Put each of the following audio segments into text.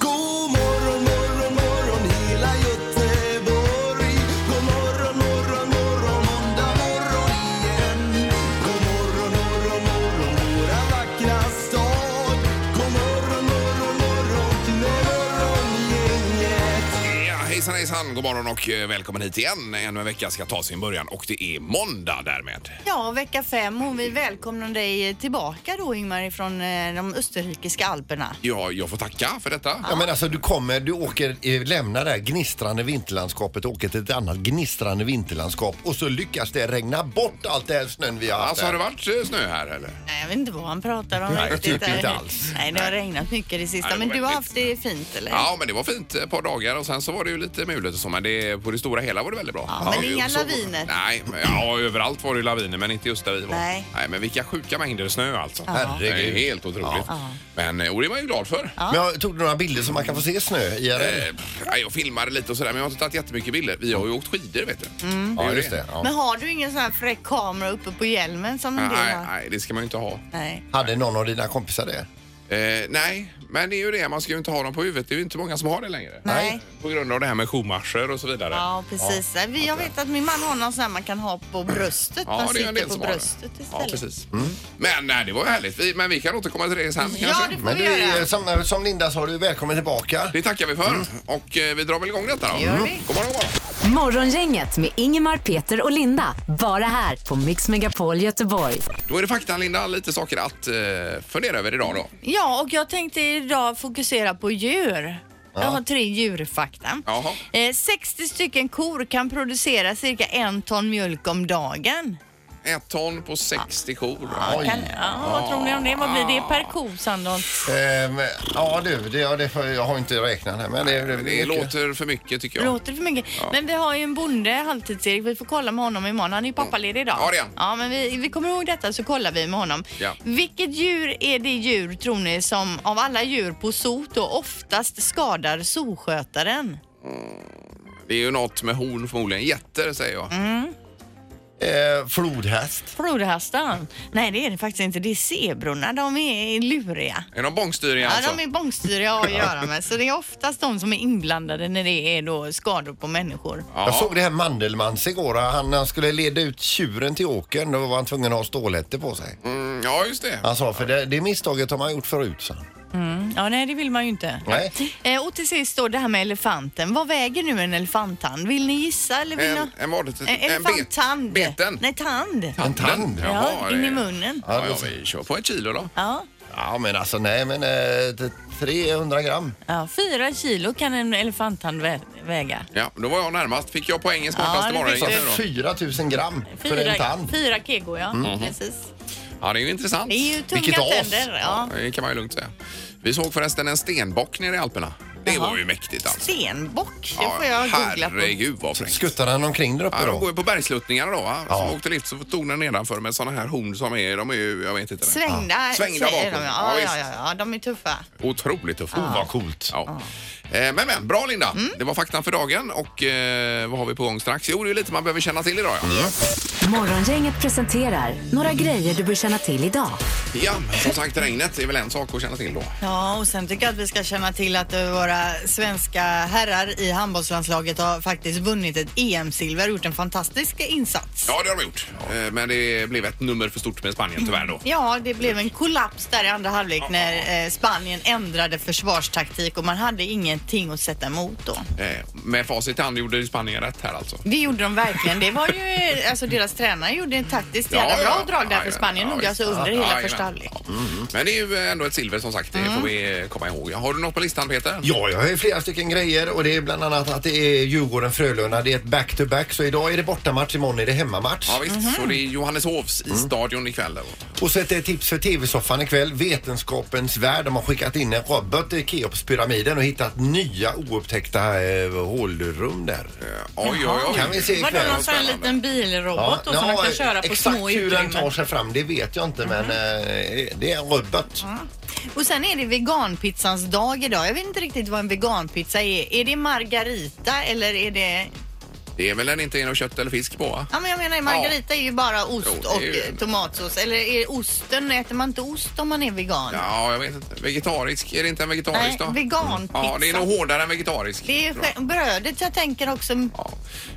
God morgon, morgon, morgon hela Göteborg. God morgon, morgon, morgon måndag morgon igen. God morgon, morgon, morgon våra vackra stad. God morgon, morgon, morgon till morgongänget. Ja, hejsan hejsan, god morgon och eh, välkommen hit igen. Ännu en vecka ska ta sin början och det är måndag därmed. Ja, vecka fem och vi välkomnar dig tillbaka då Ingmar ifrån eh, de österrikiska alperna. Ja, jag får tacka för detta. Ja men alltså du kommer, du åker, eh, lämnar det här gnistrande vinterlandskapet och åker till ett annat gnistrande vinterlandskap och så lyckas det regna bort allt det här snön vi har haft Alltså har här. det varit eh, snö här eller? Nej, jag vet inte vad han pratar om Nej, riktigt. typ inte alls. Nej, det har regnat mycket det sista. Nej, det men var du har väldigt haft det fint eller? Ja, men det var fint eh, ett par dagar och sen så var det ju lite mulet och så men det, på det stora hela var det väldigt bra. Ja, men inga så- laviner. Nej, men- ja överallt var det ju laviner men inte just där vi var. Nej. men vilka sjuka mängder snö alltså. Herregud. Det är helt otroligt. Men, eh, och det var jag ju glad för. Men jag tog några bilder så man kan få se snö i Eh, RL. pff, ja, jag filmade lite och sådär men jag har inte tagit jättemycket bilder. Vi har ju åkt skidor vet du. Mm. Ja just det. Ja. Men har du ingen sån här fräck kamera uppe på hjälmen som en del Nej, har? nej, det ska man ju inte ha. Nej. Hade någon av dina kompisar det? Eh, nej, men det är ju det. Man ska ju inte ha dem på huvudet. Det är ju inte många som har det längre. Nej. På grund av det här med Schumacher och så vidare. Ja, precis. Vi, jag vet att min man har någon sån här man kan ha på bröstet. Ja, man det är ju en del sitter på som har det. bröstet Ja, istället. precis. Mm. Men nej, det var ju härligt. Vi, men vi kan återkomma till det sen Ja, kanske. det får Men vi du, eh, göra. som, som Linda sa, du är välkommen tillbaka. Det tackar vi för. Mm. Och eh, vi drar väl igång detta då. Det gör vi. God morgon, god morgon. Morgongänget med Ingemar, Peter och Linda. Bara här på Mix Megapol Göteborg. Då är det fakta, Linda. Lite saker att eh, fundera över idag då. Ja, och jag tänkte idag fokusera på djur. Jag har tre djurfakta. Jaha. Eh, 60 stycken kor kan producera cirka en ton mjölk om dagen. Ett ton på 60 kor. Oj. Kan, ja, vad tror ni om det? Vad blir det per ko, Sandholt? Ehm, ja du, det, ja, det, får- jag har inte räknat här men det, det, Det låter för mycket tycker jag. Låter det för mycket? Men vi har ju en bonde, halvtids-Erik. Vi får kolla med honom imorgon. Han är ju pappaledig idag. Mm. Ja, det är han. Ja, men vi, vi kommer ihåg detta så kollar vi med honom. Ja. Vilket djur är det djur, tror ni, som av alla djur på sot och oftast skadar solskötaren? Det är ju något med horn förmodligen. Jätter säger jag. Mm. Eh, flodhäst. Flodhästar? Nej, det är det faktiskt inte. Det är zebrorna. De är luriga. Är de bångstyriga alltså? Ja, de är bångstyriga att göra med. Så det är oftast de som är inblandade när det är då skador på människor. Jag Ja. såg det här Mandelmans igår. Han, när han skulle leda ut tjuren till åkern. Då var han tvungen att ha stålhätte på sig. Mm, ja, just det. Han sa, för det, det misstaget har man gjort förut. Så. Ja, nej, det vill man ju inte. Nej. Eh, och till sist då det här med elefanten. Vad väger nu en elefanttand? Vill ni gissa eller vill En, ni... en, vad? En, En elefanttand. bet- Beten? Nej, tand. En tand. Jaha, Ja, det- in i munnen. Ja, ja, vi kör på ett kilo då. Ja. Ja, men alltså nej, men eh, t- 300 gram. ja, fyra kilo kan en elefanttand vä- väga. Ja, då var jag närmast. Fick jag poängen smartast Ja, i det morgon? fick Så du. Ingmar, då? 4000 gram för en tand. fyra kego, ja. Precis. Ja, det är ju intressant. Det är ju tunga Vilket as. tänder. Ja. Det kan man ju lugnt säga. Vi såg förresten en stenbock nere i Alperna. Det Jaha. var ju mäktigt alltså. Stenbock, det får jag googla på. herregud vad fräckt. Skuttar han omkring där uppe Ja, de går då? ju på bergsluttningarna då. Va? Ja. Som åkte lift så tog den nedanför med sådana här horn som är, de är ju, jag vet inte. det. Svängda, Svängda säger bakåt. de. Ja, Ja, ja, visst. ja, ja, de är tuffa. Otroligt tufft. Oh, vad coolt. Ja. Eh, Men, men bra Linda. Mm. Det var faktan för dagen och eh, vad har vi på gång strax? Jo, det är lite man behöver känna till idag. Ja. Morgongänget presenterar några grejer du bör känna till idag. Ja, som sagt regnet är väl en sak att känna till då. Ja, och sen tycker jag att vi ska känna till att eh, våra svenska herrar i handbollslandslaget har faktiskt vunnit ett EM-silver och gjort en fantastisk insats. Ja, det har de gjort. Eh, Men det blev ett nummer för stort med Spanien tyvärr då. Ja, det blev en kollaps där i andra halvlek när eh, Spanien ändrade försvarstaktik och man hade ingenting att sätta emot då. Eh, Med facit i hand gjorde ju Spanien rätt här alltså. Det gjorde de verkligen. Det var ju, eh, alltså deras tränare gjorde ett taktiskt jävla bra drag där för Spanien ja, gjorde ja, alltså visst. under Ja, hela jajamän. första halvlek. Mm. Ja. Mm. Men det är ju ändå ett silver som sagt, det får vi eh, komma ihåg. Ja, Har du något på listan Peter? Ja, jag har ju flera stycken grejer och det är bland annat att det är Djurgården-Frölunda. Det är ett back-to-back. Så idag är det bortamatch, imorgon är det hemmamatch. Ja, visst, Mm-hmm. så det är Johanneshovs i stadion ikväll. Då. Och så ett eh, tips för TV-soffan ikväll. Vetenskapens värld. De har skickat in en robot i Keopspyramiden och hittat nya oupptäckta eh, hålrum där. Eh, Oj, oj, oj. Kan vi se Var det ikväll? någon sån här Spännande. liten bilrobot rubbet då som man kan köra på exakt små hur den utrymmen. Mm-hmm. tar sig fram det vet jag inte men eh, det är en rubbet. Och sen är det veganpizzans dag idag. Jag vet inte riktigt vad en veganpizza är. Är det margarita eller är det... Det är väl den inte är något kött eller fisk på va? Ja men jag menar margarita är ju bara ost Jo, det är och ju- eh, tomatsås. Eller är osten, äter man inte ost om man är vegan? Ja, jag vet inte. Vegetarisk? Är det inte en vegetarisk Nej, då? Mm. veganpizza. Ja, det är nog hårdare än vegetarisk. Det är tror jag. sj- brödet jag tänker också. Ja,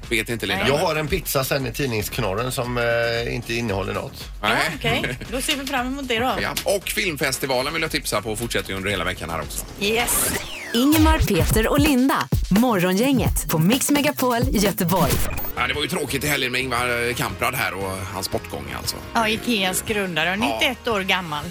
vet inte Linda. Jag har en pizza sen i tidningsknorren som eh, inte innehåller något. Ja, Nej. Okej, då ser vi fram emot det då. Ja, och filmfestivalen vill jag tipsa på fortsätter ju under hela veckan här också. Yes. Ingemar, Peter och Linda. Morgongänget på Mix Megapol Göteborg. Ja, det var ju tråkigt i helgen med Ingvar eh, Kamprad här och hans bortgång alltså. Ja, Ikeas grundare, 91 år gammal.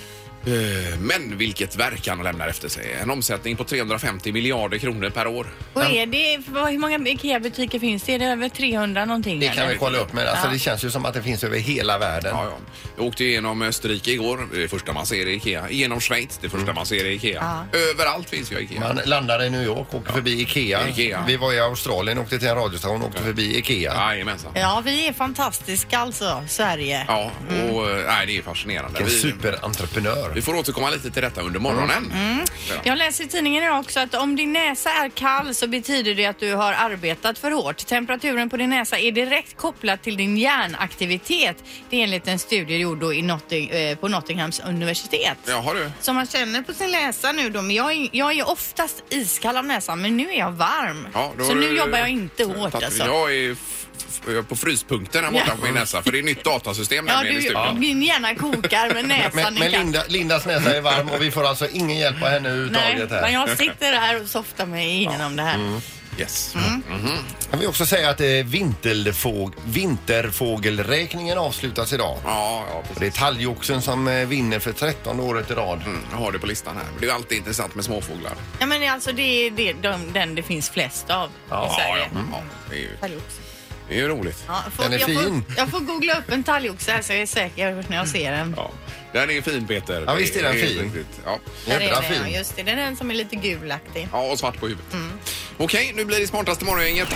Eh, Men vilket verk han lämnar efter sig. En omsättning på 350 miljarder kronor per år. Och är det, vad, hur många IKEA-butiker finns det? Är det över 300 någonting? Det kan eller? vi kolla upp men alltså, det känns ju som att det finns över hela världen. Ja, ja. Jag åkte igenom Österrike igår, det är första man ser i Ikea. Genom Schweiz, det är första man ser i Ikea. Överallt finns ju Ikea. Mm. Man landar i New York, åker förbi Ikea. Ikea. Vi var i Australien, åkte till en radiostation och åkte förbi Ikea. Jajamensan. Ja, vi är fantastiska alltså, Sverige. Ja, och Mm. eh, nej, det är fascinerande. Vilken Vi, superentreprenör. vi får återkomma lite till detta under morgonen. Mm. Jag läser i tidningen idag också att om din näsa är kall så betyder det att du har arbetat för hårt. Temperaturen på din näsa är direkt kopplad till din hjärnaktivitet. Det är enligt en studie gjord då i Notting, eh, på Nottinghams universitet. Jaha du. Som man känner på sin näsa nu då. Men jag är, jag är oftast iskall av näsan men nu är jag varm. Ja, då så har nu du- jobbar jag inte hårt Tack. alltså. Jag är f- f- jag är på fryspunkten här borta Ja. på min näsa för det är nytt datasystem Ja, nämligen i du, studion. min hjärna kokar men näsan Men, men är kall. Linda, Lindas näsa är varm och vi får alltså ingen hjälp av henne Nej, överhuvudtaget här. men jag sitter här och softar mig igenom det här. Yes. Mm. Jag vill också säga att eh, vinterfåg, vinterfågelräkningen avslutas idag. Ja, ja, Och Det är precis. talgoxen som eh, vinner för 13 året i rad. Mm, jag har det på listan här. Det är ju alltid intressant med småfåglar. Ja, men alltså, det är det, de, den det finns flest av i Ja, Sverige. ja, ja. Det är ju, Talgoxe. det är ju roligt. Ja, får, Den är jag, fin. Får, jag får googla upp en talgoxe här så jag är säker när jag ser den. Ja. Den är fin Peter. Ja, visst är den Det fin. helt riktigt. Ja. Där är Jädra den, ja, fin. just det. Den är den som är lite gulaktig. ja, och svart på huvudet. Mm. Okej, nu blir det smartaste morgongänget.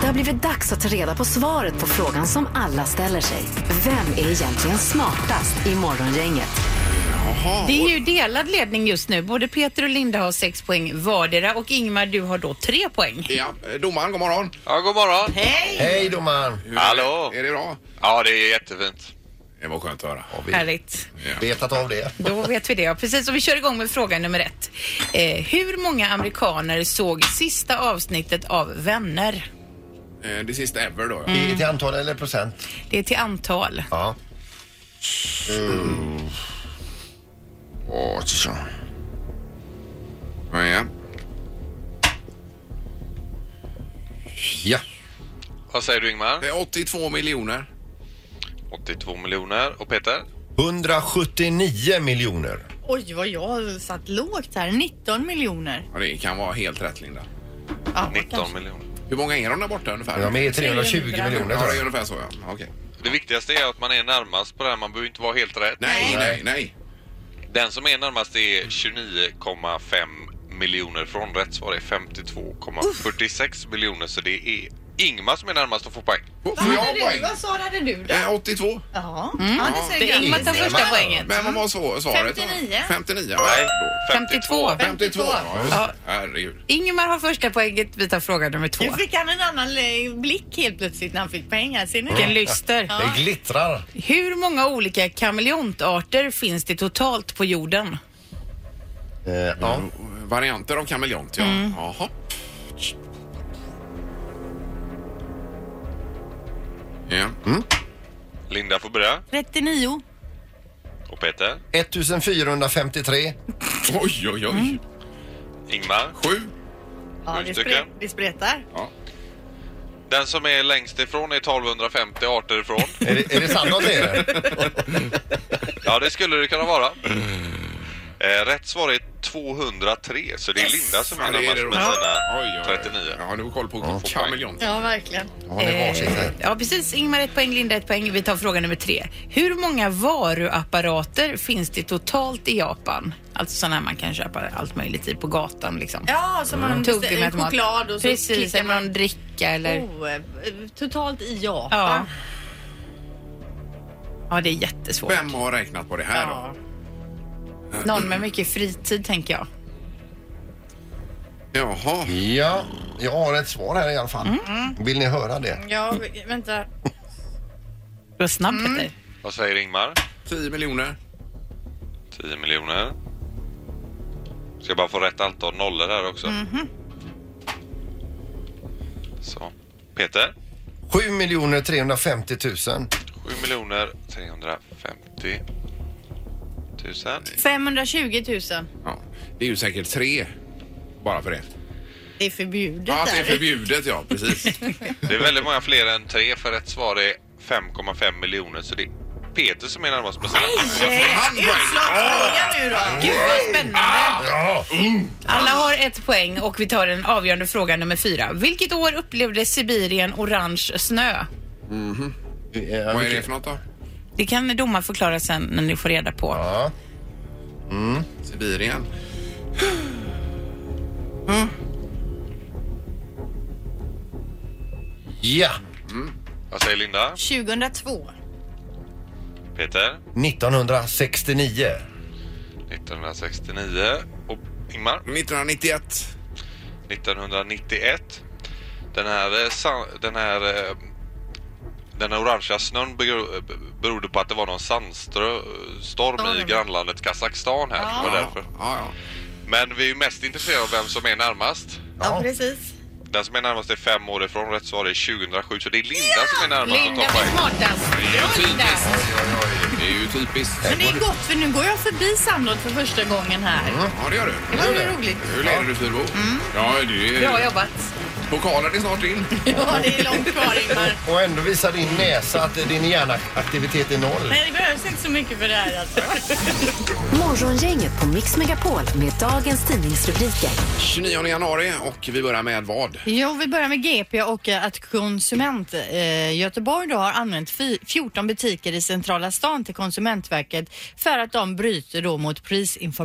Det har blivit dags att ta reda på svaret på frågan som alla ställer sig. Vem är egentligen smartast i morgongänget? Det är ju delad ledning just nu. Både Peter och Linda har sex poäng vardera och Ingmar du har då tre poäng. Ja, domaren, god morgon. Ja, god morgon. Hej domaren! Hur Hallå. Är det bra? Ja, det är jättefint. Det var skönt att höra. Härligt. Betat av det. Då vet vi det. Ja, precis. Och vi kör igång med fråga nummer ett. Eh, hur många amerikaner såg sista avsnittet av Vänner? Eh, Det sista ever då. ja. I, till antal eller procent? Det är till antal. Ja. Åh, tja. Ja, ja. ja. Vad säger du Ingmar? Det är 82 miljoner. 82 miljoner. Och Peter? 179 miljoner. Oj, vad jag satt lågt här. 19 miljoner. Ja, det kan vara helt rätt Linda. Ja, 19 miljoner. Hur många är de där borta ungefär? De är 320 miljoner Ja, tror det är jag. ungefär så ja. Okej. Det viktigaste är att man är närmast på det här. Man behöver inte vara helt rätt. Nej, nej, nej. Den som är närmast är 29,5 miljoner från rätt svar är 52,46 miljoner. Så det är Ingmar som är närmast att få poäng. Får Vad jag hade du? poäng? Vad svarade du då? Eh, 82. Ja, ja det Det är säger Ingmar jag. tar första poängen. Men vad var så- svaret? då? 59. 59. Nej, Nej. då. 52. 52. Ja, just det. Ja. Herregud. Ingmar har första poänget. Vi tar fråga nummer två. Nu fick han en annan eh, blick helt plötsligt när han fick pengar. Ser ni Vilken det? lyster. Det glittrar. Hur många olika kameleontarter finns det totalt på jorden? Eh, ja. Varianter av kameleont, ja. Jaha. Ja. Mm. Linda får börja. 39. Och Peter? 1453. Oj, oj, oj. Ingmar? Sju. Ja, Sju det, stycken. spre- det spretar. Ja. Den som är längst ifrån är 1250 arter ifrån. Är det, är det sant att det är det? Ja, det skulle det kunna vara. Eh, rätt svar är 203, så det är Linda som är Ja, det är närmast det med då. sina Oj, oj, oj. 39. Ja, du har koll på kameleont. Ja, verkligen. Har ni varsitt här? Ja, precis. Ingmar ett poäng, Linda ett poäng. Vi tar fråga nummer tre. Hur många varuapparater finns det totalt i Japan? Alltså sådana här man kan köpa allt möjligt i på gatan liksom. Ja, som man Tuggummi, beställer automat. choklad och så Precis, klickar Oh. eller någon man. dricka eller... Oh, eh, totalt i Japan. Ja. Ja, det är jättesvårt. Vem har räknat på det här då? Ja. Någon med mycket fritid tänker jag. Jaha. Ja, jag har ett svar här i alla fall. Mm. Vill ni höra det? Ja, vi- vänta. Du var snabb Peter. Vad säger Ingmar? 10 miljoner. 10 miljoner. Ska jag bara få rätt antal nollor här också. Så. Peter? 7 350 000. 7 miljoner 350 tusen. 520 000. Ja. Det är ju säkert tre bara för det. Det är förbjudet Ja, att det är där. förbjudet ja, precis. Det är väldigt många fler än tre för rätt svar är 5,5 miljoner så det är Peter som är närmast med sina Han Utslagsfråga nu då. Gud vad spännande. Alla har ett poäng och vi tar den avgörande frågan nummer fyra. Vilket år upplevde Sibirien orange snö? Vad är det för något då? Det kan domaren förklara sen när ni får reda på. Ja. Sibirien. ja, Vad säger Linda? 2002. Peter? 1969. 1969. Och Ingmar? 1991. 1991. Den här, eh, sa- den här eh, den här orangea snön begro- berodde på att det var någon sandstorm i Storm. grannlandet Kazakstan här. Det var därför. Ja, Men vi är ju mest intresserade av vem som är närmast. Ja, precis. Den som är närmast är fem år ifrån. Rätt svar är 2007. Så det är Linda som är närmast Linda Linda att ta var poäng. smartast. Bra Linda! ja. Det är ju typiskt. Men det är gott för nu går jag förbi samråd för första gången här. Mm. Ja, det gör du. Det var ju roligt. Hur leder du Fyrbo? Mm. Ja, det är... Bra jobbat. Pokalen är snart in. Ja, det är långt kvar Ingmar. Och ändå visar din näsa att din hjärnaktivitet är noll. Nej, det behövs inte så mycket för det här alltså. Morgongänget på Mix Megapol med dagens tidningsrubriker. 29 januari och vi börjar med vad? Jo, vi börjar med GP och eh, att Konsument eh, Göteborg då har använt fi- 14 butiker i centrala stan till Konsumentverket för att de bryter då mot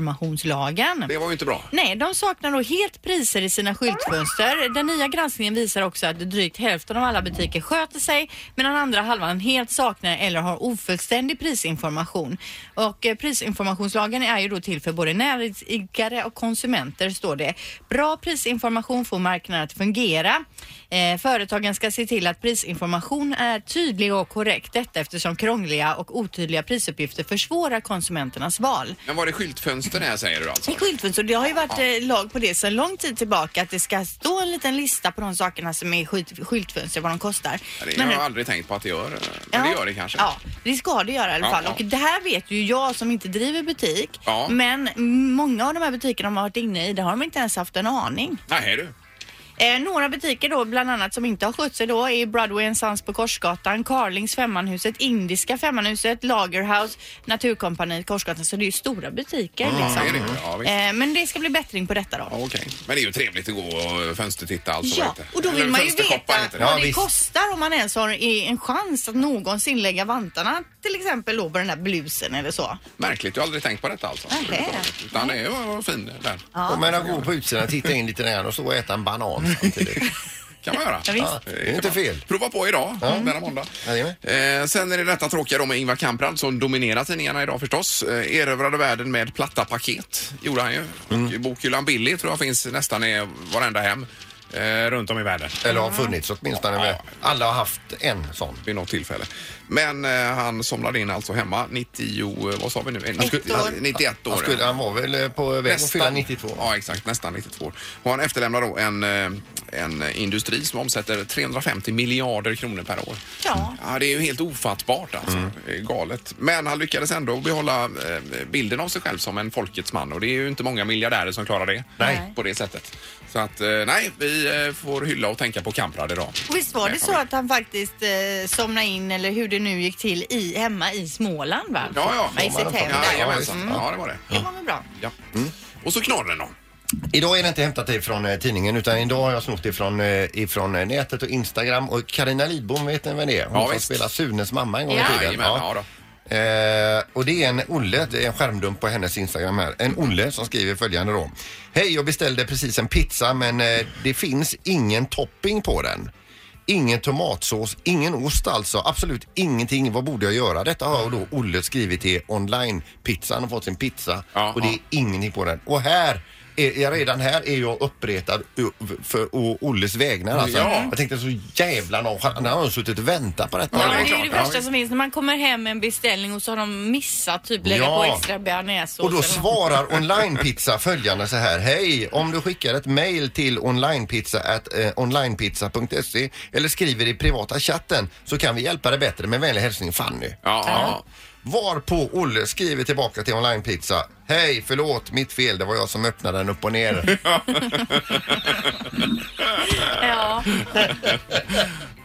prisinformationslagen. Det var ju inte bra. Nej, de saknar då helt priser i sina skyltfönster. Den nya granskningen visar också att drygt hälften av alla butiker sköter sig medan andra halvan helt saknar eller har ofullständig prisinformation. Och eh, prisinformationslagen är ju då till för både näringsidkare och konsumenter står det. Bra prisinformation får marknaden att fungera. Eh, företagen ska se till att prisinformation är tydlig och korrekt. Detta eftersom krångliga och otydliga prisuppgifter försvårar konsumenternas val. Men var det skyltfönstern här säger du alltså? I skyltfönster, det har ju varit eh, lag på det sedan lång tid tillbaka att det ska stå en liten lista på de sakerna som är i skylt, skyltfönster, vad de kostar. Ja, Det Men- har jag aldrig tänkt på att det gör. Men det gör det kanske. Ja, det ska det göra i alla Ja, fall. ja. Och det här vet ju jag som inte driver butik. Ja. Men många av de här butikerna de har varit inne i, det har de inte ens haft en aning. Nej du. Eh, några butiker då, bland annat som inte har skött sig då, är Broadway and Sons på Korsgatan, Carlings Femmanhuset, Indiska Femmanhuset, Lagerhaus, Naturkompaniet Korsgatan. Så det är ju stora butiker Ja, liksom. det är det. Ja, visst. Eh, men det ska bli bättring på detta då. Ja, Okej. Men det är ju trevligt att gå och fönstertitta alltså. Ja, vad heter det? och då vill Eller man ju fönstershoppa veta heter det. Ja, vad det visst. kostar om man ens har i- en chans att någonsin lägga vantarna till exempel då på den där blusen eller så. Märkligt, jag har aldrig tänkt på detta alltså. Nähä. Utan det var, var fin där. Och men att gå på utsidan, titta in lite nära och stå och äta en banan samtidigt. kan man göra. Ja, det är inte fel. Prova på idag, denna måndag. Jajamän. Eh, sen är det detta tråkiga då med Ingvar Kamprad som dominerar tidningarna idag förstås. Eh, erövrade världen med platta paket, gjorde han ju. Och Mm. Bokhyllan Billy tror jag finns nästan i varenda hem eh, runt om i världen. Eller har funnits åtminstone. Med. Alla har haft en sån. vid något tillfälle. Men eh, han somnade in alltså hemma 90, eh, vad sa vi nu? Eh, 90, år. 91 år. Han, skulle, ja. han var väl eh, på väg att fylla 92. Ja, exakt. Nästan 92 år. Och han efterlämnar då en, eh, en industri som omsätter 350 miljarder kronor per år. Ja. Ja, det är ju helt ofattbart alltså. Det är Galet. Men han lyckades ändå behålla eh, bilden av sig själv som en folkets man och det är ju inte många miljardärer som klarar det. Nej. På det sättet. Så att eh, nej, vi eh, får hylla och tänka på Kamprad idag. Och visst var det så att han faktiskt eh, somnade in eller hur det nu gick till i, hemma i Småland va? Ja, ja. I sitt hem Ja, där. jajamensan. Mm. ja, det var det. Det var väl bra. Ja. Och så knorren då. Idag är det inte hämtat ifrån eh, tidningen utan idag har jag snott ifrån, eh, ifrån eh, nätet och Instagram. Och Carina Lidbom vet ni vem det är? Hon Ja, som visst. spelade Sunes mamma en gång Ja. i tiden. Jajamän, ja då. Eh, och det är en Olle, det är en skärmdump på hennes Instagram här. En Olle som skriver följande då. Hej, jag beställde precis en pizza men eh, det finns ingen topping på den. Ingen tomatsås, ingen ost alltså. Absolut ingenting. Vad borde jag göra? Detta har då Olle skrivit i online-pizzan. Han har fått sin pizza Ja, och det är ja. ingenting på den. Och här är jag redan här är jag uppretad ö- för å Olles vägnar alltså. Ja. Jag tänkte så jävla nonchalant. Han har ju suttit och väntat på detta. Ja, det det är är ju det klart. värsta som finns när man kommer hem med en beställning och så har de missat typ lägga Ja. på extra bearnaisesås. Och då eller något. svarar onlinepizza följande så här. Hej, om du skickar ett mail till onlinepizza at, eh, onlinepizza.se eller skriver i privata chatten så kan vi hjälpa dig bättre. Med vänlig hälsning Fanny. Ja, ja. Varpå Olle skriver tillbaka till onlinepizza. Hej, förlåt, mitt fel. Det var jag som öppnade den upp och ner. Ja,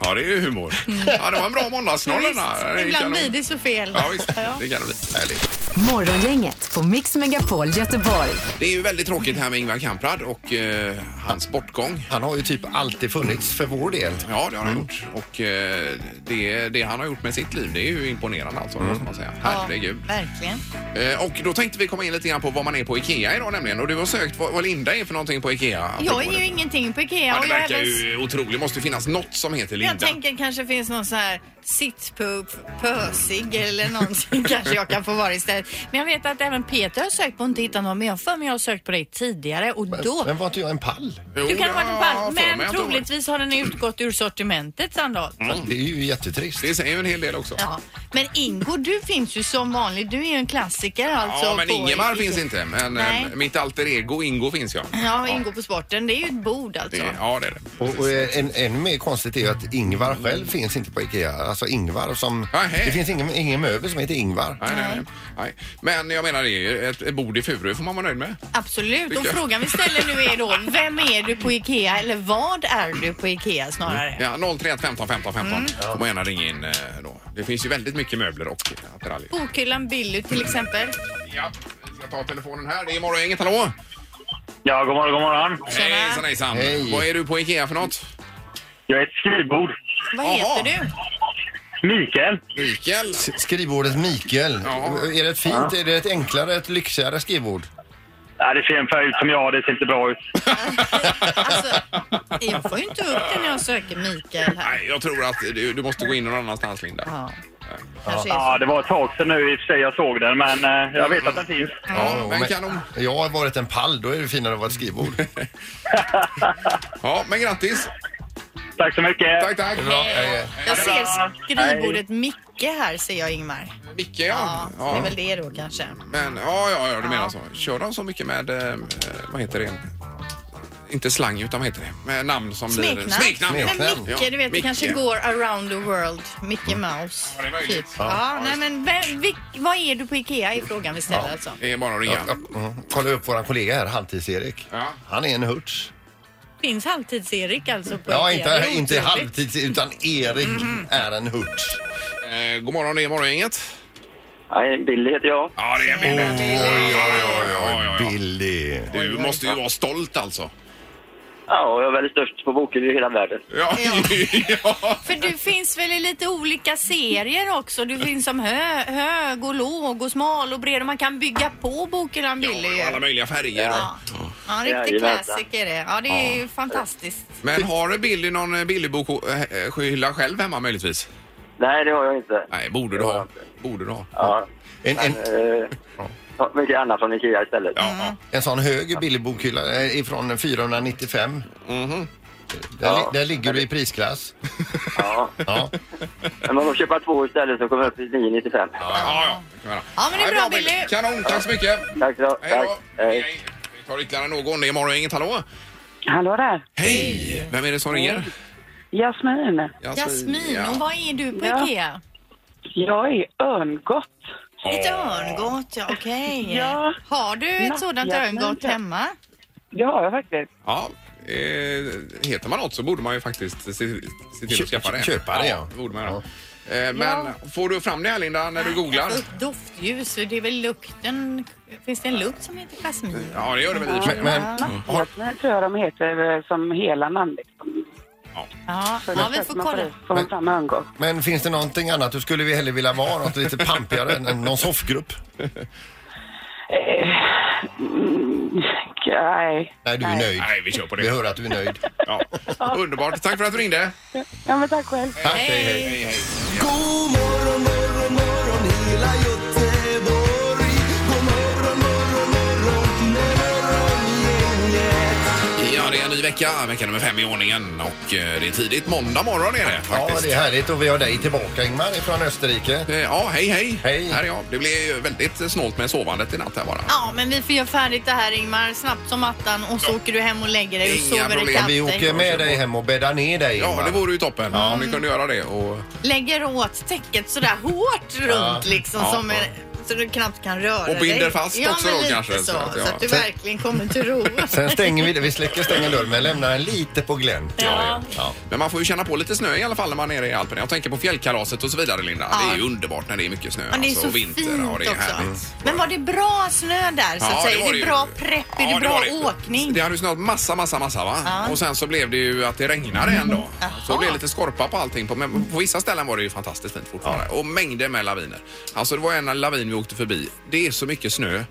ja, det är ju humor. Ja, det var en bra måndagsnoll den här. Mm. visst, ibland kan- blir det så fel. Ja, visst. Det kan det bli. Härligt. Morgongänget på Mix Megapol Göteborg. Det är ju väldigt tråkigt här med Ingvar Kamprad och eh, hans bortgång. Han har ju typ alltid funnits för vår del. Ja, det har han Mm. gjort. Och eh, det, det han har gjort med sitt liv, det är ju imponerande alltså, Mm. måste man säga. Herregud. verkligen. Eh, och då tänkte vi komma in lite grann på vad man är på IKEA idag nämligen. Och du har sökt vad, vad Linda är för någonting på IKEA. Jag är ju ingenting på Ikea. Ja, och det jag, verkar även- ju otroligt. Det måste ju finnas något som heter Linda. jag tänker kanske finns någon så här sittpösig eller någonting kanske jag kan få vara istället. Men jag vet att även Peter har sökt på och inte hittat någon. Men jag har för mig jag har sökt på dig tidigare och då Men var inte jag en pall? Jo, Du kan det ha varit en har jag pall, för mig men att det Mm. har varit. troligtvis har den utgått ur sortimentet Sandahl. Det är ju jättetrist. Det säger ju en hel del också. Ja. Men Ingo, du finns ju som vanligt. Du är ju en klassiker alltså. Ja, men på- Ingemar finns inte. Men Nej. eh, mitt alter ego Ingo finns jag. Ja, Ingo på sporten. Det är ju ett bord alltså. Det, ja, det är det. Och, och en, ännu mer konstigt är ju att Ingvar själv finns inte på IKEA. Alltså Ingvar som... Ah, hej. Det finns ingen, ingen möbel som heter Ingvar. Nej, nej, nej. nej. Men jag menar, det är ju ett ett bord i Furu får man vara nöjd med. Absolut. Och Tycker jag. frågan vi ställer nu är då, vem är du på Ikea? Eller vad är du på Ikea snarare? Ja, 031 15 15 15 Mm. får man gärna ringa in eh, då. Det finns ju väldigt mycket möbler och attiraljer. Bokhyllan Billy till exempel. Ja, vi ska ta telefonen här. Det är Morgongänget, hallå! Ja, god morgon, god morgon. Tjena. Hejsan, hejsan! Hej. Vad är du på IKEA för något? Jag är ett skrivbord. Vad Jaha. heter du? Mikael. Mikael? S- Skrivbordet Mikael. Ja. Är det ett fint, är det ett enklare, ett lyxigare skrivbord? Nej, det ser en färg ut som jag har. Det ser inte bra ut. Alltså, jag får ju inte upp det när jag söker Mikael här. Nej, jag tror att du, du måste gå in någon annanstans, Linda. Ja. Kanske är så. Ja, det var ett tag sedan nu i och för sig jag såg den, men eh, jag vet att den finns. Ja, men kanon. Jag har varit en pall, då är det finare att vara ett skrivbord. Ja, men grattis! Tack så mycket. Tack, tack! Eh, Jag ser skrivbordet Micke här, ser jag Ingmar. Micke, ja. Ja, det är ja. väl det då kanske. Men ja, ja, ja, du menar så. Kör de så mycket med, eh, vad heter det? Inte slang, utan vad heter det? Med namn som Smeknamn. blir... Smeknamn! ja. Men Micke, Ja, du vet, Micke. det kanske går around the world. Mickey Mouse. Ja, det är möjligt. typ. Ja. ja. Ja, nej, just men vem, vilk, vad är du på Ikea i frågan vi ställer alltså. Det är bara att ringa. ja, mm. Kolla upp våran kollega här, Halvtids-Erik. Ja. Han är en hurts. Finns halvtids-Erik alltså på Ja, Ikea? inte, Det är inte otroligt. halvtids, utan Erik Mm-hmm. är en hurts. Eh, god morgon, det är morgongänget. Nej, Billy heter jag. Ja, det är Bill. Billy. Du måste ju vara stolt alltså. Ja, och jag är väldigt störst på boken i hela världen. Ja, ja. För du finns väl i lite olika serier också? Du finns som hö, hög och låg och smal och bred och man kan bygga på bokhyllan Billy ju. Och alla möjliga färger. Ja. Ja, en riktig Jajamensan. klassiker det. Ja, det är ju fantastiskt. Men har Billy någon eh, Billy-bokhylla själv hemma möjligtvis? Nej, det har jag inte. Nej, borde du ha. Borde du ha. Ja, En, en, eh, ta mycket annat från Ikea istället. Ja, ja. En sån hög Billy-bokhylla eh, ifrån 495. Där, Mhm. Ja. li- där ligger du i prisklass. Ja. Ja. Men man får köpa två istället så kommer jag upp i 995. Ja, ja. det kan vara. Ja, men det är bra, Billy. Kanon, tack så mycket. Tack så Hej då. Tack. Hej. Hej. Vi tar ytterligare någon. Det är morgon, inget hallå. Hallå där. Hej! Vem är det som ringer? Jasmin. Jasmin, Alltså, ja. och vad är du på Ja. Ikea? Jag är örngott. Ett örngott, ja okej. Ja. Har du ett sådant Nattjasmin, örngott ja. hemma? Det har jag faktiskt. Ja, eh, heter man något så borde man ju faktiskt se, se till att Kö- skaffa det. köpa det, ja. borde man göra. Eh, Men får du fram det här Linda när du googlar? Jag får upp doftljus, så det är väl lukten. Finns det en lukt som heter jasmin? Ja, det gör det väl i och för sig. Men, men Nattjasmin tror jag de heter eh, som hela namn. Liksom. Ja. Så det ja, är vi klart får man kolla. det- Får man fram örngott. Men finns det någonting annat du skulle vi hellre vilja vara? Något lite pampigare? än- än Någon soffgrupp? Mm, och eh, nej. Nej, du är nöjd. Nej, vi kör på Vi det. hör att du är nöjd. Ja. Underbart. Tack för att du ringde. Ja, men tack själv. Tack, hej, hej. Hej, hej. God morgon, morgon, morgon hela Göteborg. God morgon, morgon, morgon, morgongänget. Ja, det är en ny vecka, vecka nummer fem i ordningen och eh, det är tidigt måndag morgon är det Ja, faktiskt. det är härligt och vi har dig tillbaka Ingmar från Österrike. Eh, Ja, hej hej. Hej. Här är jag. Det blev ju väldigt snålt med sovandet i natt här bara. Ja, men vi får göra färdigt det här Ingmar, snabbt som attan och så åker du hem och lägger dig och Inga sover problem. ikapp Vi dig. åker med dig hem och bäddar ner dig Ja, Ingmar. det vore ju toppen om ni kunde göra det. Och, Lägger åt täcket sådär hårt runt liksom Ja, som ja. en, så du knappt kan röra dig. Och binder fast ja, också men då lite kanske, Så, så så, att, att, ja. du Sen- verkligen kommer till ro. Sen stänger vi, vi släcker stänger dörren men lämnar den lite på glänt. Ja. Ja. men man får ju känna på lite snö i alla fall när man är nere i Alperna. Jag tänker på fjällkalaset och så vidare Linda. Ja. Det är ju underbart när det är mycket snö. Men det är alltså, så och vinter, fint ja, det är också. härligt. Men var det bra snö där så Ja, att säga? var Är det ju. bra prepp? Ja, är det bra var åkning? Det hade ju snart massa, massa, massa va? Ja. Mm. Och sen så blev det ju att det regnade en dag. Så det Jaha. blev lite skorpa på allting. På, men på vissa ställen var det ju fantastiskt fint fortfarande. Och mängder med laviner. Alltså det var en lavin vi åkte förbi. Det är så mycket snö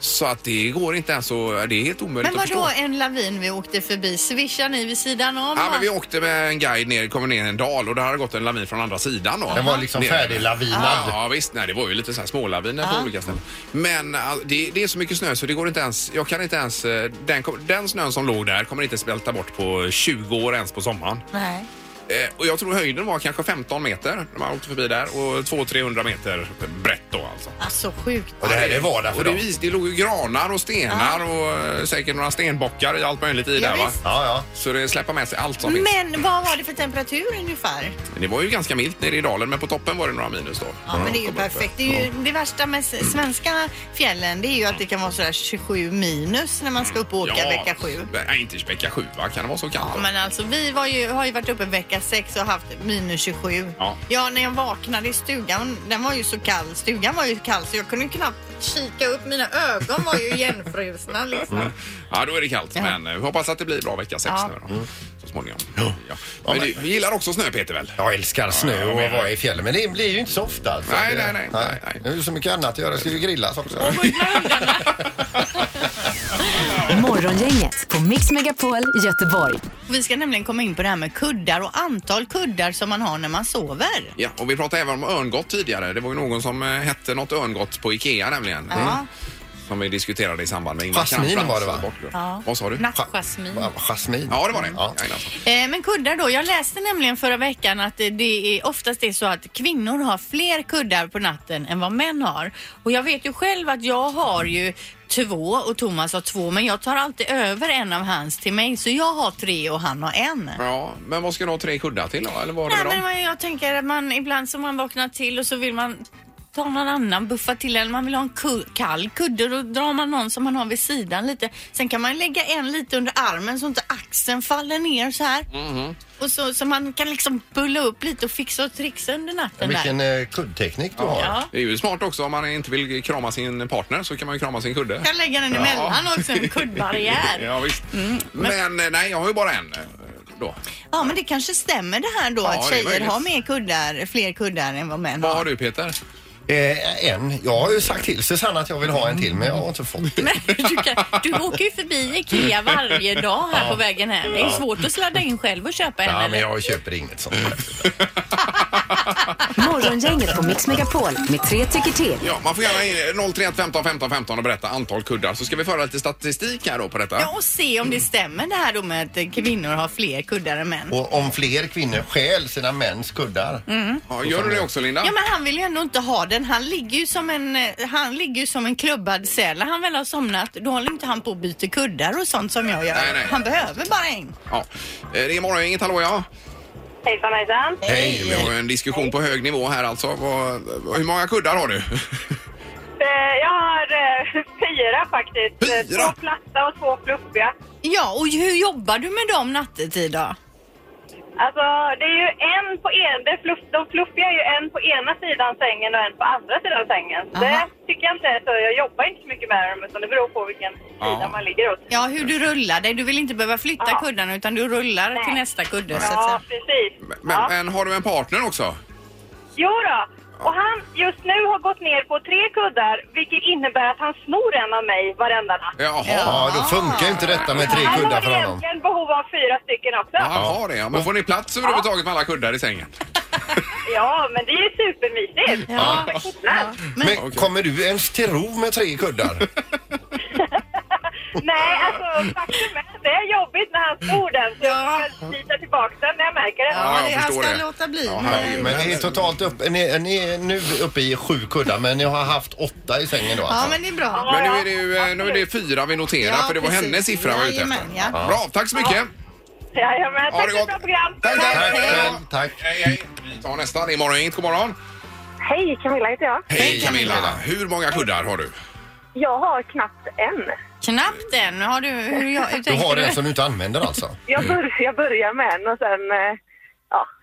så att det går inte ens att... Det är helt omöjligt Men att förstå. vadå en lavin vi åkte förbi? Swishar ni vid sidan om? Ja, va? men vi åkte med en guide ner, kommer ner i en dal och där hade gått en lavin från andra sidan. Då. Den var liksom Ner. färdiglavinad. Ja visst, nej, det var ju lite så här smålaviner på olika ställen. Men ah, det, det är så mycket snö så det går inte ens, jag kan inte ens, eh, den, kom- den snön som låg där kommer inte smälta bort på 20 år ens på sommaren. Nej. Eh, och jag tror höjden var kanske 15 meter när man åkte förbi där och 200-300 meter brett då alltså. Alltså sjukt. Och det här är vardag Och för det, är dem. ju is, det låg ju granar och stenar och eh, säkert några stenbockar i allt möjligt i Ja, där va. visst. Ja, ja. Så det släpper med sig allt som finns. Men vad var det för temperatur ungefär? Men Det var ju ganska milt nere i dalen men på toppen var det några minus då. Ja, men det är ju perfekt. Det, är ju, det värsta med s- svenska fjällen det är ju att det kan vara sådär 27 minus när man ska upp och åka Mm. vecka 7. Nej, inte vecka sju va? Kan det vara så kallt? Ja, då? men alltså vi var ju, har ju varit uppe vecka 6 och haft minus 27. Ja. när jag vaknade i stugan, den var ju så kall. Stugan var ju kall så jag kunde ju knappt kika upp. Mina ögon var ju igenfrusna liksom. Mm. Ja, då är det kallt. Ja. Men eh, vi hoppas att det blir bra vecka sex Ja. nu då. Så småningom. Ja. Men du, vi gillar också snö Peter väl? Jag älskar snö och att vara i fjällen men det blir ju inte så ofta. Alltså. Nej, nej, Det- nej, nej, nej. Det är ju så mycket annat att göra. Det ska ju grillas också. Morgongänget på Mix Megapol Göteborg. Vi ska nämligen komma in på det här med kuddar och antal kuddar som man har när man sover. Ja, och vi pratade även om örngott tidigare. Det var ju någon som eh, hette något örngott på Ikea nämligen. Mm. Ja. Som vi diskuterade i samband med Ingmar Jasmin Kamprads var det, va? bortgång. Ja. Vad sa du? Nattjasmin. Ja, Jasmin. Ja, alltså. det var det. Ja. Jajamän. Eh, Men kuddar då. Jag läste nämligen förra veckan att det- det är oftast är så att kvinnor har fler kuddar på natten än vad män har. Och jag vet ju själv att jag har ju två och Thomas har två men jag tar alltid över en av hans till mig så jag har tre och han har en. Ja, men vad ska du ha tre kuddar till då? Eller vad Nej har du men dem? vad jag tänker att man ibland som man vaknar till och så vill man ta någon annan, buffa till eller man vill ha en ku- kall kudde då drar man någon som man har vid sidan lite. Sen kan man lägga en lite under armen så inte axeln faller ner så här. Mm-hmm. Och så, så man kan liksom bulla upp lite och fixa och trixa under natten där. Vilken eh, kuddteknik du har. Ja. Det är ju smart också om man inte vill krama sin partner så kan man ju krama sin kudde. Kan lägga den emellan också, en kuddbarriär. ja. Ja, visst. Mm, men... eh, nej, jag har ju bara en. eh, Då. men det kanske stämmer det här då Ja, att det är tjejer möjligt. har mer kuddar, fler kuddar än vad män Vad har har. du Peter? Eh, en. Jag har ju sagt till Susanna att jag vill ha en till men jag har inte fått det. Men du, kan, du åker ju förbi IKEA varje dag här på vägen hem. Det är ju svårt att sladda in själv och köpa en. Ja, eller? men jag köper inget sånt. Mm. Morgongänget på Mix Megapol med tre tycker till. Ja, man får gärna in 031 15 15 15 och berätta antal kuddar så ska vi föra lite statistik här då på detta. Ja, och se om det stämmer det här då med att eh, kvinnor har fler kuddar än män. Och om fler kvinnor stjäl sina mäns kuddar. Ja, gör du det också Linda? Ja men han vill ju ändå inte ha den. Han ligger ju som en, eh, han ligger ju som en klubbad säl. När han väl har somnat då håller inte han på och byter kuddar och sånt som jag gör. Nej, nej. Han behöver bara en. Ja. Eh, Det är morgon, inget hallå ja. Hejsan, hejsan. Hej, vi har ju en diskussion på hög nivå här alltså. Vad, vad- hur många kuddar har du? Eh, Jag har eh, fyra faktiskt. Eh, Fyra? Två platta och två fluffiga. Ja och hur jobbar du med dem nattetid då? Alltså, det är ju en på en, det är fluff, de fluffiga är ju en på ena sidan sängen och en på andra sidan sängen. Så Det Aha. tycker jag inte, så jag jobbar inte så mycket med dem utan det beror på vilken sida Ja. man ligger åt. Ja hur du rullar dig. Du vill inte behöva flytta Ja. kuddarna utan du rullar till nästa kudde så att Ja, säga. precis. Men, ja. men har du en partner också? Jo då, Och han just nu har gått ner på tre kuddar, vilket innebär att han snor en av mig varenda natt. Jaha. Ja, då funkar ju inte detta med tre Han kuddar har för honom. egentligen behov av fyra stycken också. Ja, han har det. Ja, men får ni plats överhuvudtaget med alla kuddar i sängen? Ja, men det är ju supermysigt. Ja. Ja. Men kommer du ens till ro med tre kuddar? Nej, alltså faktum är att det är jobbigt när han snor den. Så Ja. jag får slita tillbaka den när jag märker det. Ja, jag det, jag förstår ska det. låta bli. Ja, men- herregud. Men ni är totalt upp, ni, är- ni är nu uppe i sju kuddar men ni har haft åtta i sängen då ja, alltså. men det är bra. Men nu är det ju eh, nu är det fyra vi noterar Ja, för det var precis. hennes siffra vi var ute efter. Jajamän, ja. Bra, tack så mycket. Jajamän, Ha tack det för ett gott. bra program. Tack, tack. Tack Hej själv, då. tack. Hej, hej. Vi tar nästa. Det är morgon, inget god morgon. Hej, Camilla heter jag. Hej Camilla. Hur många kuddar har du? Jag har knappt en. Knappt än. Har du, hur, jag, hur Du tänker har du? en som du inte använder alltså? Jag, Mm. bör, jag börjar med en och sen... eh,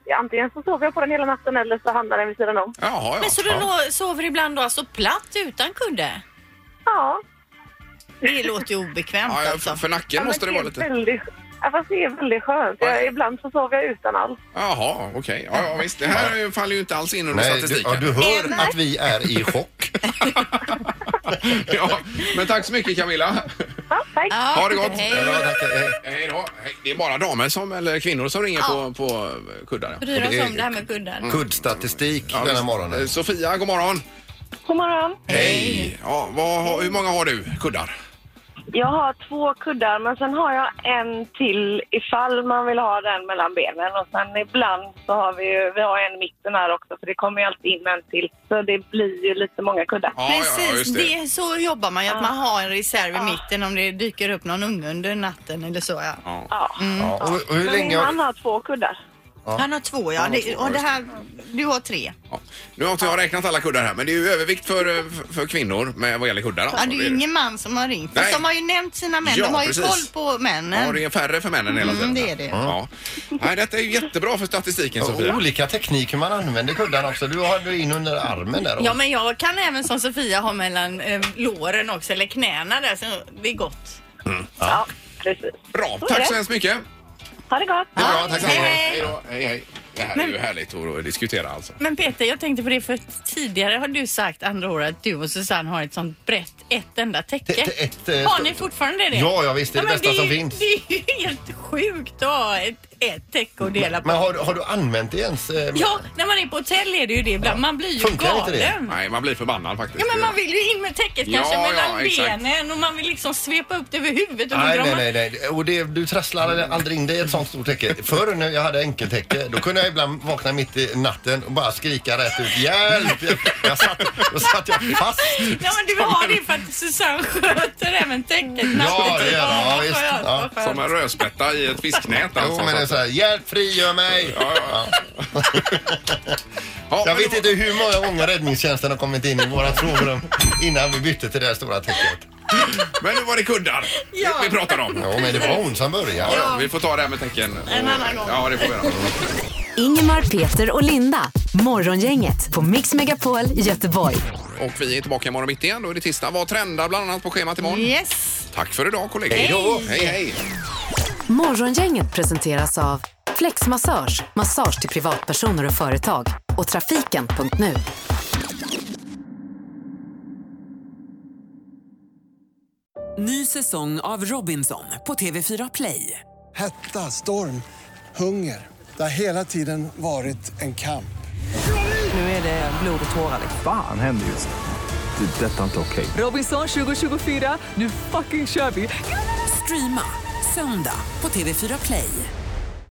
Ja, antingen så sover jag på den hela natten eller så hamnar den vid sidan om. Jaha, ja. Men så du nå- sover ibland då alltså platt utan kudde? Ja, Det låter ju obekvämt ja ja, för, alltså. för nacken måste det vara lite... Väldigt, ja, fast det är väldigt skönt. Jag, Ja. ibland så sover jag utan allt. Jaha, okej. Ja, ja, visst. Det här eh, faller ju inte alls in under Nej, du, ja, statistiken. du hör att vi är i chock. ja, men tack så mycket Camilla. Ja, tack. Ja, Ha det gott. Hej. Ja, tack, eh, Hej då. Hej. Det är bara damer som, eller kvinnor som ringer på, på kuddar. ja. Mm. Bryr det oss är- om det här med kuddar. Kuddstatistik Ja, denna visst. morgonen. Eh, Sofia, god morgon. God morgon. Hej. Ja, vad, har- hur många har du kuddar? Jag har två kuddar, men sen har jag en till ifall man vill ha den mellan benen. Och sen ibland så har vi ju, vi har en i mitten här också, för det kommer ju alltid in en till. Så det blir ju lite många kuddar. Ja, ja, ja, Precis, just det. det. är så jobbar man ju att man har en reserv i mitten om det dyker upp någon unge under natten eller så ja. Ja. Ja, och, och hur Men min länge har... man har två kuddar. Han har två ja, det, och det här, du har tre. Ja. Nu har inte jag räknat alla kuddar här, men det är ju övervikt för, eh, f- för kvinnor med vad gäller kuddar. Ja, Alltså. det är Det ju är- ingen man som har ringt. Fast Nej. de har ju nämnt sina män, Ja, de har ju precis. koll på Ja, männen. det är färre för männen hela tiden. Mm, det är det. Ja. Nej, detta är ju jättebra för statistiken, Och Sofia. olika teknik hur man använder kuddarna också. Du har du in under armen där. Ja Då. men jag kan även som Sofia ha mellan eh, låren också, eller knäna där, så det är gott. Ja, precis. Bra, är tack det. så hemskt mycket. Ha det gott! är bra, tack så hej, mycket. hej. då. Hej, hej. Det här är ju härligt att diskutera alltså. Men Peter, jag tänkte på det för tidigare har du sagt andra året att du och Susanne har ett sånt brett, ett enda täcke. Ett- ett, eh, har stort- ni fortfarande det? Ja, ja, visst, det är det men bästa är- som finns. Det är ju helt sjukt att ha ett, ett täcke att dela på. Men har, du- har du använt det ens? eh, Ja, när man är på hotell är det ju det ibland. Man blir ju Funkar inte det? galen. Nej, man blir förbannad faktiskt. Ja, men man vill ju in med täcket Ja, kanske ja, mellan exakt. benen och man vill liksom svepa upp det över huvudet. Och då Nej, drar nej, man... nej, nej. Och det, du trasslar aldrig in dig i ett sånt stort täcke. Förr när jag hade enkeltäcke, då kunde jag ibland vakna mitt i natten och bara skrika rätt ut. Hjälp! Jag, jag satt, då satt jag fast. Nej, men du har det för att Susanne sköter även täcket. Ja, det nattetid. gör jag. Ja, vad visst. skönt, Ja. vad skönt. Som en rödspätta i ett fisknät alltså. Jo, men det är så här, hjälp frigör mig! Ja, Jag men vet det inte hur många gånger räddningstjänsten har kommit in i våra sovrum innan vi bytte till det här stora täcket. var- Men nu var det kuddar Ja. vi pratar om. Jo, men det var hon som började. Ja, vi får ta det här med tecken. En annan gång. Ja, det får vi göra. Ingemar, Peter och Linda. Morgongänget på Mix Megapol Göteborg. Och vi är tillbaka imorgon mitt igen. Då är det tisdag. Vad trendar bland annat på schemat imorgon? Yes. Tack för idag kollegor. Hej då. Hej, hej. Morgongänget presenteras av Flexmassage, massage till privatpersoner och företag och trafiken.nu. Ny säsong av Robinson på TV4 Play. Hetta, storm, hunger. Det har hela tiden varit en kamp. Nu är det blod och tårar. liksom. Fan händer just det. Det är detta inte okej. Robinson 2024, nu fucking kör vi! Streama söndag på TV4 Play.